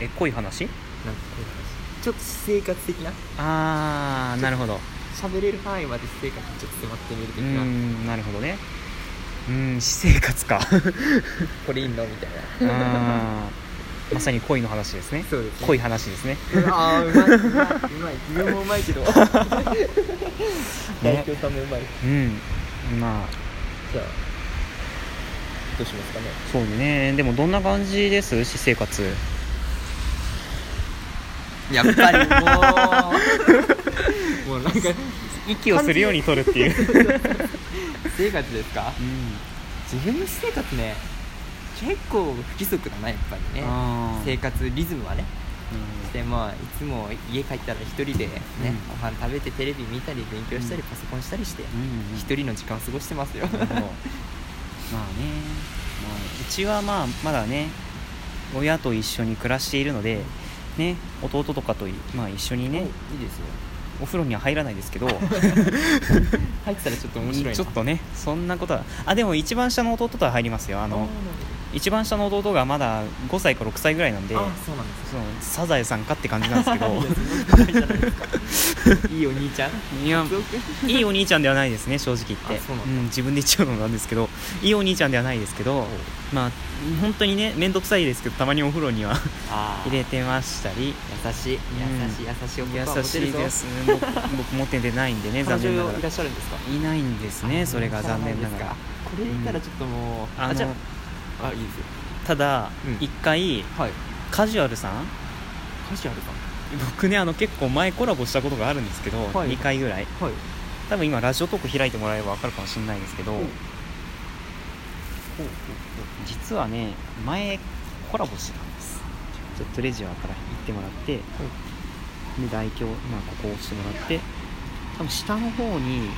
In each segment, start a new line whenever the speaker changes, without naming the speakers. え濃い話
なんかこういう話ちょっと私生活的な
ああなるほど
喋れる範囲まで私生活にちょっと迫ってみる
う
的
ー
な、
んなるほどねうーん私生活か
これいいのみたい
あー まさに恋の話ですね
なそうですね
濃 い話ですね
ああうまいうまいうまい自分もうまいけど代表さんもうまい
うんまあ
じゃあどうしますかね
そうねでもどんな感じです私生活
やっぱり もうもうなんか
息をするように取るって いう、
私生活ですか自分の私生活ね結構不規則だなやっぱりね
あー
生活リズムはね
うん
でまあいつも家帰ったら一人でね、
うん
ご飯食べてテレビ見たり勉強したり
うん
パソコンしたりして
うんうん
一人の時間を過ごしてますよ
なるほ どまあね、まあ、うちはまあまだね親と一緒に暮らしているので、ね、弟とかとい、まあ、一緒にね
いいですよ
お風呂には入らない ですけど
入ってたらちょっと面白いな
ちょっとねそんなことはあでも一番下の弟とは入りますよあ
あ
の一番下の弟がまだ5歳か6歳ぐらいなんで
あそうなんです
そのサザエさんかって感じなんですけど
いいお兄ちゃん
いや
すごく
いいお兄ちゃんではないですね正直言って
あそうなんだ
自分で言っちゃうのもなんですけどいいお兄ちゃんではないですけどまあ本当にね面倒くさいですけどたまにお風呂には
あー
入れてましたり
優しい優しい優しい男はモ
優
テ
しい
るぞ
ですね僕僕持っててないんでね残
彼
念なが
女
ら
いらっしゃるんですか
いないんですねそれが残念ながら
これ言ったらちょっともう、
あ
あじゃ
の
ああいいですよ
ただ
うん
一回
はい
カジュアルさん
カジュアルさん
僕ねあの結構前コラボしたことがあるんですけど
はい
2回ぐらい
はい
多分今ラジオトーク開いてもらえば分かるかもしれないんですけど
ほう
実はね前コラボしてたんですちょっとレジャーから行ってもらってで代表、まあ、ここを押してもらって多分下の方に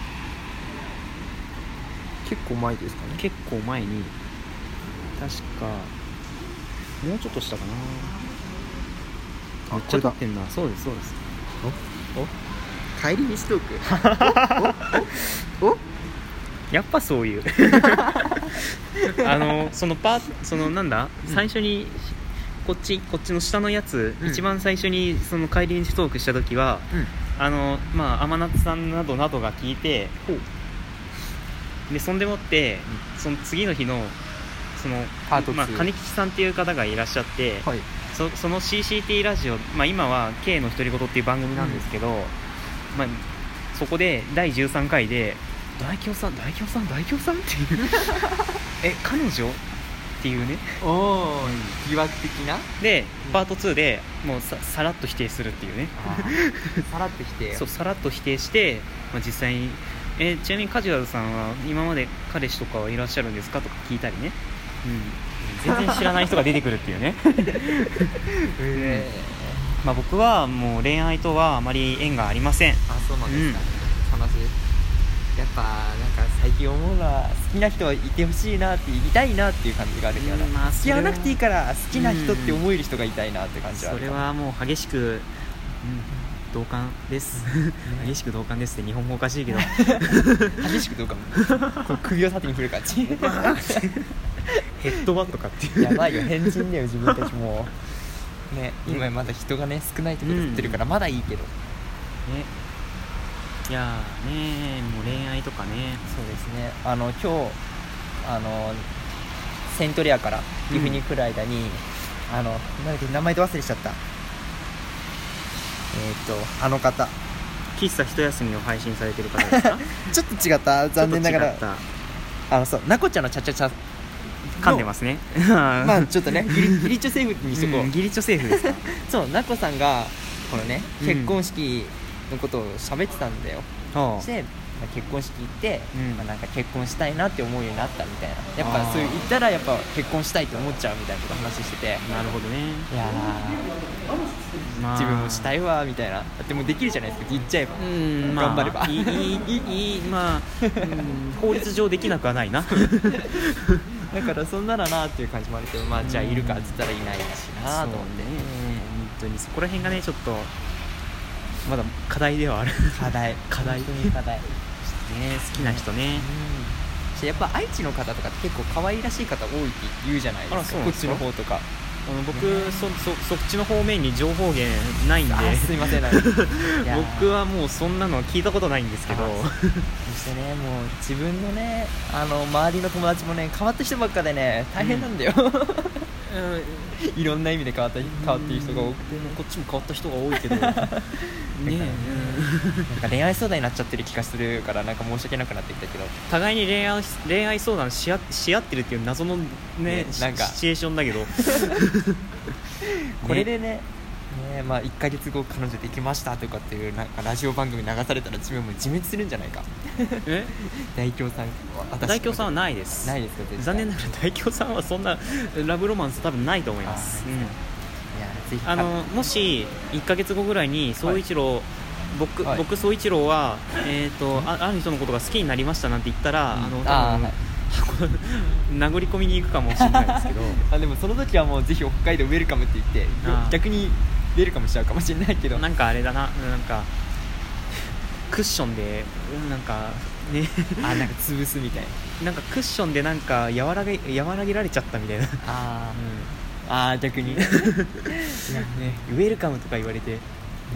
結構前ですかね
結構前に確かもうちょっと下かな
あ
めっちゃ
こ
撮
れだ
ってんなそうですそうです
帰り道トークおおおお
やっぱそう いうあのそのパーそのなんだ、
うん
最初にこっちこっちの下のやつ、
うん
一番最初にその帰り道トークした時は
うん
あのまあ天夏さんなどなどが聞いて
ほう
でそんでもって、その次の日のその
パート2
まあ、金吉さんっていう方がいらっしゃって、
はい
そその CCT ラジオ、まあ、今は K の独り言っていう番組なんですけど、まあ、そこで第13回で「大京さん大京さん大京さん?」っていう「え彼女?」っていうね
おお疑惑的な
で
うん
パート2でもうささらっと否定するっていうね
さらってきて
そうさらっと否定して、まあ、実際にえちなみにカジュアルさんは今まで彼氏とかはいらっしゃるんですかとか聞いたりね、うん、全然知らない人が出てくるっていうね
え
まあ僕はもう恋愛とはあまり縁がありません
ーあそうなんですか、悲しいやっぱなんか最近思うのは好きな人はいてほしいなっていたいなっていう感じがあるから、
うんまあ
付
そ
き
れ
合
は
わなくていいから好きな人って思える人がいたいなって感じはあ
そ
る
れ
かも
はもう激しく、うん、同感です、激しく同感ですって日本語おかしいけど
激しくどうかもこう首を縦に振る感じ
ヘッドバットかっていう
やばいよ変人だ よ自分たちもうね今まだ人がね少ないところで振ってるからまだいいけど、
ねいやーねーもう恋愛とかね
そうですねあの今日あのセントレアから岐阜に来る間に、あのなんだっけ名前と忘れしちゃったえーっ、とあの方
喫茶一休みを配信されてる方 ですか
ちょっと違った残念なが
ちょっと
ら
違っ
あのそうなこちゃんのチャチャチャ
た噛んで
の
ますね
まあちょっとねギリギリチョセーフにしとこう、
うんギリチョセーフですか
そうなこさんがこのね
うん
結婚式のことを喋ってたんだよ、
あ
して、まあ、結婚式行って、
うん
まあ、なんか結婚したいなって思うようになったみたいなやっ
あ
ぱ
ー
そう言ったらやっぱ結婚したいって思っちゃうみたいなこと話してて
あなるほどね、
いや
まあ、
ー自分もした
い
いわみたいなでもできるじゃないですか言っちゃえば
うんまあ
頑張れば
いいいいいいまあ、 うん法律上できなくはないな
だからそんならなっていう感じもあるけどまあじゃあいるかっつったらいないしなと思
そう
って、
ね本当にそこら辺がねちょっとまだ課題ではある
課題
課題
本当に課題
ね好きな人ね
うんそしてやっぱ愛知の方とかって結構可愛らしい方多いって言うじゃないで
あら
す
そ
か
うなんで
こ
す
っち
か
の方とか
あの僕、そそそっちの方面に情報源ないんで
あすいませ んなんかいやー
僕はもうそんなのは聞いたことないんですけど
あそしてねもう自分のねあの周りの友達もね変わった人ばっかでね大変なんだよ、 いろんな意味で変わった変わってる人が多くて、
こっちも変わった人が多いけどね
ねなんか恋愛相談になっちゃってる気がするからなんか申し訳なくなってきたけど
互いに恋愛恋愛相談しあし合ってるっていう謎のね
ね
し
なんか
シチュエーションだ けど
これでねねまあ、1か月後彼女できましたとかっていうなんかラジオ番組流されたら自分も自滅するんじゃないか
え
大京さん私
大京さんはないです
ないですか絶対
残念ながら大京さんはそんなラブロマンス多分ないと思います
あ
うん
いやぜひ
あのもし1か月後ぐらいに総一郎、僕、
はい
僕総一郎は、えー、とあある人のことが好きになりましたなんて言ったら、
うん
あの多
あー
分
はい
殴り込みに行くかもしれないですけ ど
あでもその時はもうぜひ北海道ウェルカムって言って
あー
逆にウェルカムしちゃうかもしれないけど
なんかあれだななんかクッションでうんなんかね
あなんか潰すみたいな
なんかクッションでなんか和らげ和らげられちゃったみたいな、
あ
う
あー逆にいや
んね、ウェルカムとか言われて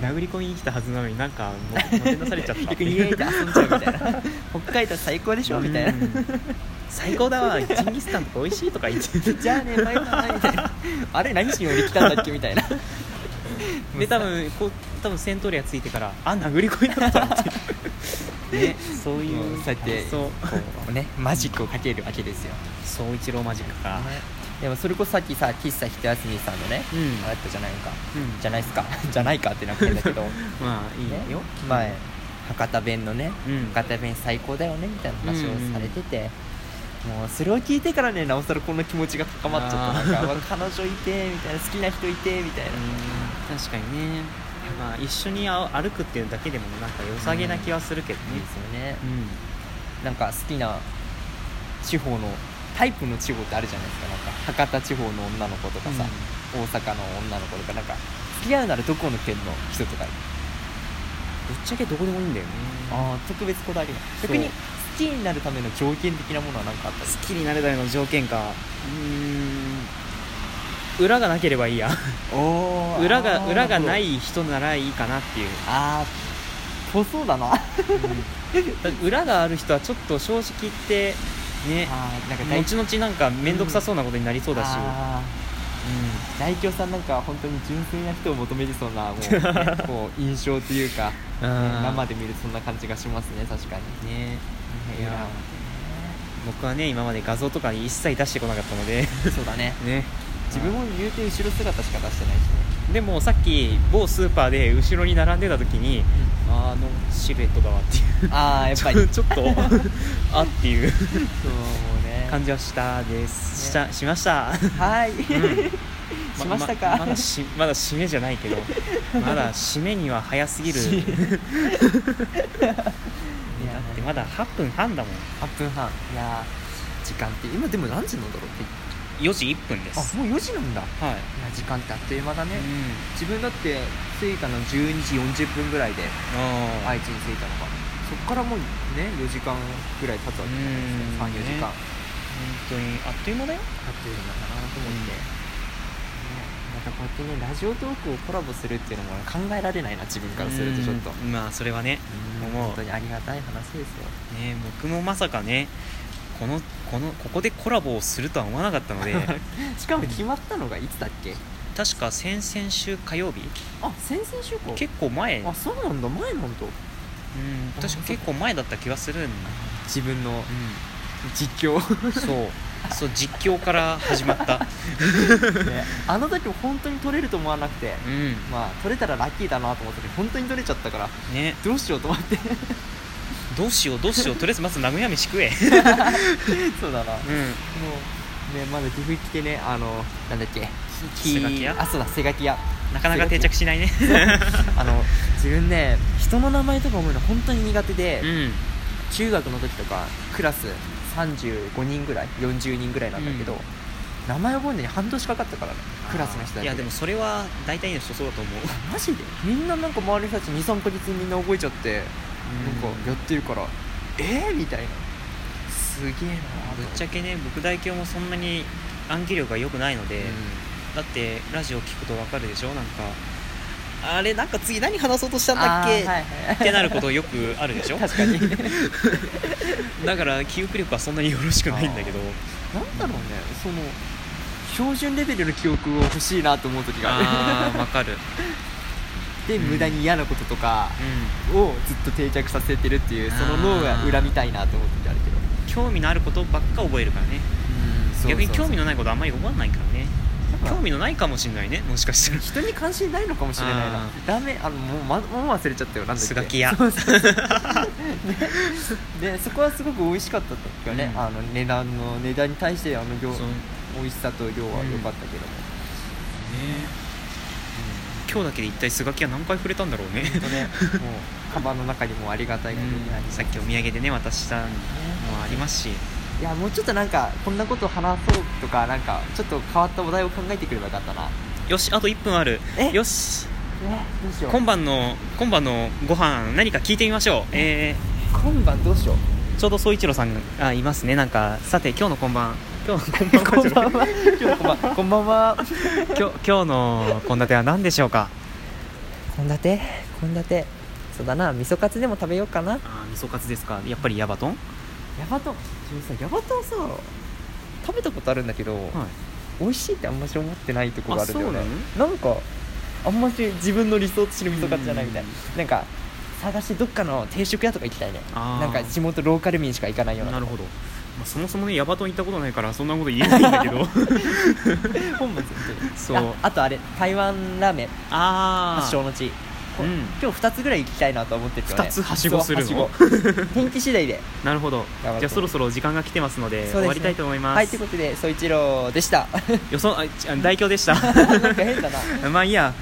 殴り込みに来たはずなのになんかもてなされ ちゃった
逆にイエーイって遊んじゃうみたいな北海道最高でしょみたいな
うん最高だわジンギスカンとか美味しいとか言って
じゃあねバイバイみたいなあれ何しに俺来たんだっけ みたいな
で多分こう多分セントリアついてからあ殴り込みだったって ねそうい
も
う
うそうやって
そう
こうねマジックをかけるわけですよ、
総一郎マジックか、
でもそれこそさっきさ喫茶ひとやすみさんのね、
うん
あったじゃないか
うん
じゃないっすか じゃないかってなってんだけど、ね、
ま あいいよ、
前博多弁のね、
うん
博多弁最高だよねみたいな話をされてて、もうそれを聞いてからねなおさらこの気持ちが高まっちゃ
あー
ったなんかわ彼女いてみたいな好きな人いてみたいな、
うん確かにねまあ一緒にあ歩くっていうだけでもなんか良さげな気はするけどね
いいですよね
う、ん、
なんか好きな地方のタイプの地方ってあるじゃないですかなんか博多地方の女の子とかさ、大阪の女の子とかなんか付き合うならどこの県の人とか
ぶっちゃけどこでもいいんだよね
あー特別こだわりが
そう
逆に好きになるための条件的なものは何かあったり
好きになるための条件かうーん裏がなければいいや
お
裏が裏がない人ならいいかなっていう
あーぽそうだな
だ
あ
って裏がある人はちょっと正直言って ね
ーなんか大
後々なんか面倒くさそうなことになりそうだし、
あー大京さんなんか本当に純粋な人を求めてそうなもう、ねこう印象というか、ね
うん
生で見るそんな感じがしますね確かに
ねい
裏
や僕はね今まで画像とかに一切出してこなかったので
そう だね
ね
自分も言うて後ろ姿しか出してないしね
でもさっき某スーパーで後ろに並んでた時に、あのシルエットだわっていう
ああやっぱり
ちょっとあっていう
そうね
感じはしたです、したしました
はい、
ん
しました
ま
か、
まだしまだ締めじゃない けどまだ締めには早すぎる
締め
だってまだ8分半だもん
8分半いやー時間って今でも何時なんだろうって
4時1分です
あもう4時なんだい
はい、
や時間ってあっという間だね、
うん
自分だって着いたの12時40分ぐらいで
あ
愛知に着いたのかそっからもうね4時間ぐらい経つわけじゃないですか34時間、
うんね本当にあっという間だよ
あっという間だなと思って、ねまたこうやってねラジオトークをコラボするっていうのも考えられないな自分からするとちょっと、
うんまあそれはね
うん
思う
本当にありがたい話ですよ
ね僕もまさかねこのこのここでコラボをするとは思わなかった ので
しかも決まったのがいつだっけ
確か先々週火曜日
あ先々週か
結構前うん
あそうなんだ前なんだ
確か結構前だった気がするん
自分の
う
実況
ん、そうそう実況から始まった
あの時も本当に取れると思わなくて
うん
まあ取れたらラッキーだなと思ったけど本当に取れちゃったから
ね
どうしようと思って
どうしようどうしようとりあえずまず名古屋飯食え
そうだ
う
なもう
ん
ねまだ岐阜来てねあのなんだっけ
瀬垣屋
あそうだ瀬 垣屋
なかなか定着しないね
あの自分ね人の名前とか覚えるの本当に苦手で、
うん
中学の時とかクラス35人ぐらい40人ぐらいなんだけど、
うん
名前覚えるのに半年かかったからねクラスの人たち
いやでもそれは大体の人そうだと思う
マジでみんななんか周りの人たち23ヶ月にみんな覚えちゃって、な
なんん
か
か
やってるからえー、みたいなすげえな
ぶっちゃけね僕大京もそんなに暗記力が良くないので、
け
だってラジオ聞くとわかるでしょなんかあれなんか次何話そうとしたんだ
あ
っ
ーは
け、
いはい
ってなることよくあるでしょ
確かになんだろうね
だから記憶力はそんなによろしくないんだけど
その標準レベルの記憶を欲しいなと思う時があ
あーわかる
る で無駄に嫌なこととかをずっと定着させてるっていうその脳が恨みたいなと思う時あるけど
うん興味のあることばっか覚えるからね逆に興味のないことあんまり覚えないからね興味のないかもしれないねもしかしたら
人に関心ないのかもしれない
あ
なダメあのもう,、ま、もう忘れちゃったよなんだっけ
スガキ屋
そうそ うそうででそこはすごく美味しかったんだけどね、
うん
あの値段の値段に対してあの量
そうね
美味しさと量は良かったけども、
今日だけで一体スガキは何回触れたんだろうね
ほんとねもうカバンの中にもありがたいことになりまし
さ
た
っきお土産でね渡したのもありますし
いやもうちょっとなんかこんなこと話そうとかなんかちょっと変わったお題を考えてくればよかったな
よしあと1分ある
え
よし
ねどうしよう
今晩の今晩のご飯何か聞いてみましょうえ
今晩どうしよう
ーちょうど総一郎さんがあいますねなんかさて今日の今晩今日の今晩
こん
じゃない
ばんは今日こんばんはこんばんは
今日今日の献立は何でしょうか
献立献立そうだな味噌カツでも食べようかな
あー味噌カツですかやっぱりヤバトン、は
ヤバトン自分さヤバトンさ食べたことあるんだけど、美味しいってあんまし思ってないとこがあるんだよね
あそう
なんかあんまし自分の理想とする味噌カツじゃないみたいななんか探してどっかの定食屋とか行きたいね
あー
なんか地元ローカル民しか行かないよう
な
な
るほど、まあ、そもそもねヤバトン行ったことないからそんなこと言えないんだけど
本末
そう
ああとあれ台湾ラーメン
あ
発祥の地こ
うん
今日2つぐらい行きたいなと思ってるよね
二つはしごするの
そうはしご 天気次第で
なるほど
ヤバトン
じゃあそろそろ時間が来てますので
そうですね
終わりたいと思います、
は いということで総一郎でした
予想あちあ代表でした
なんか変だな
まあいいや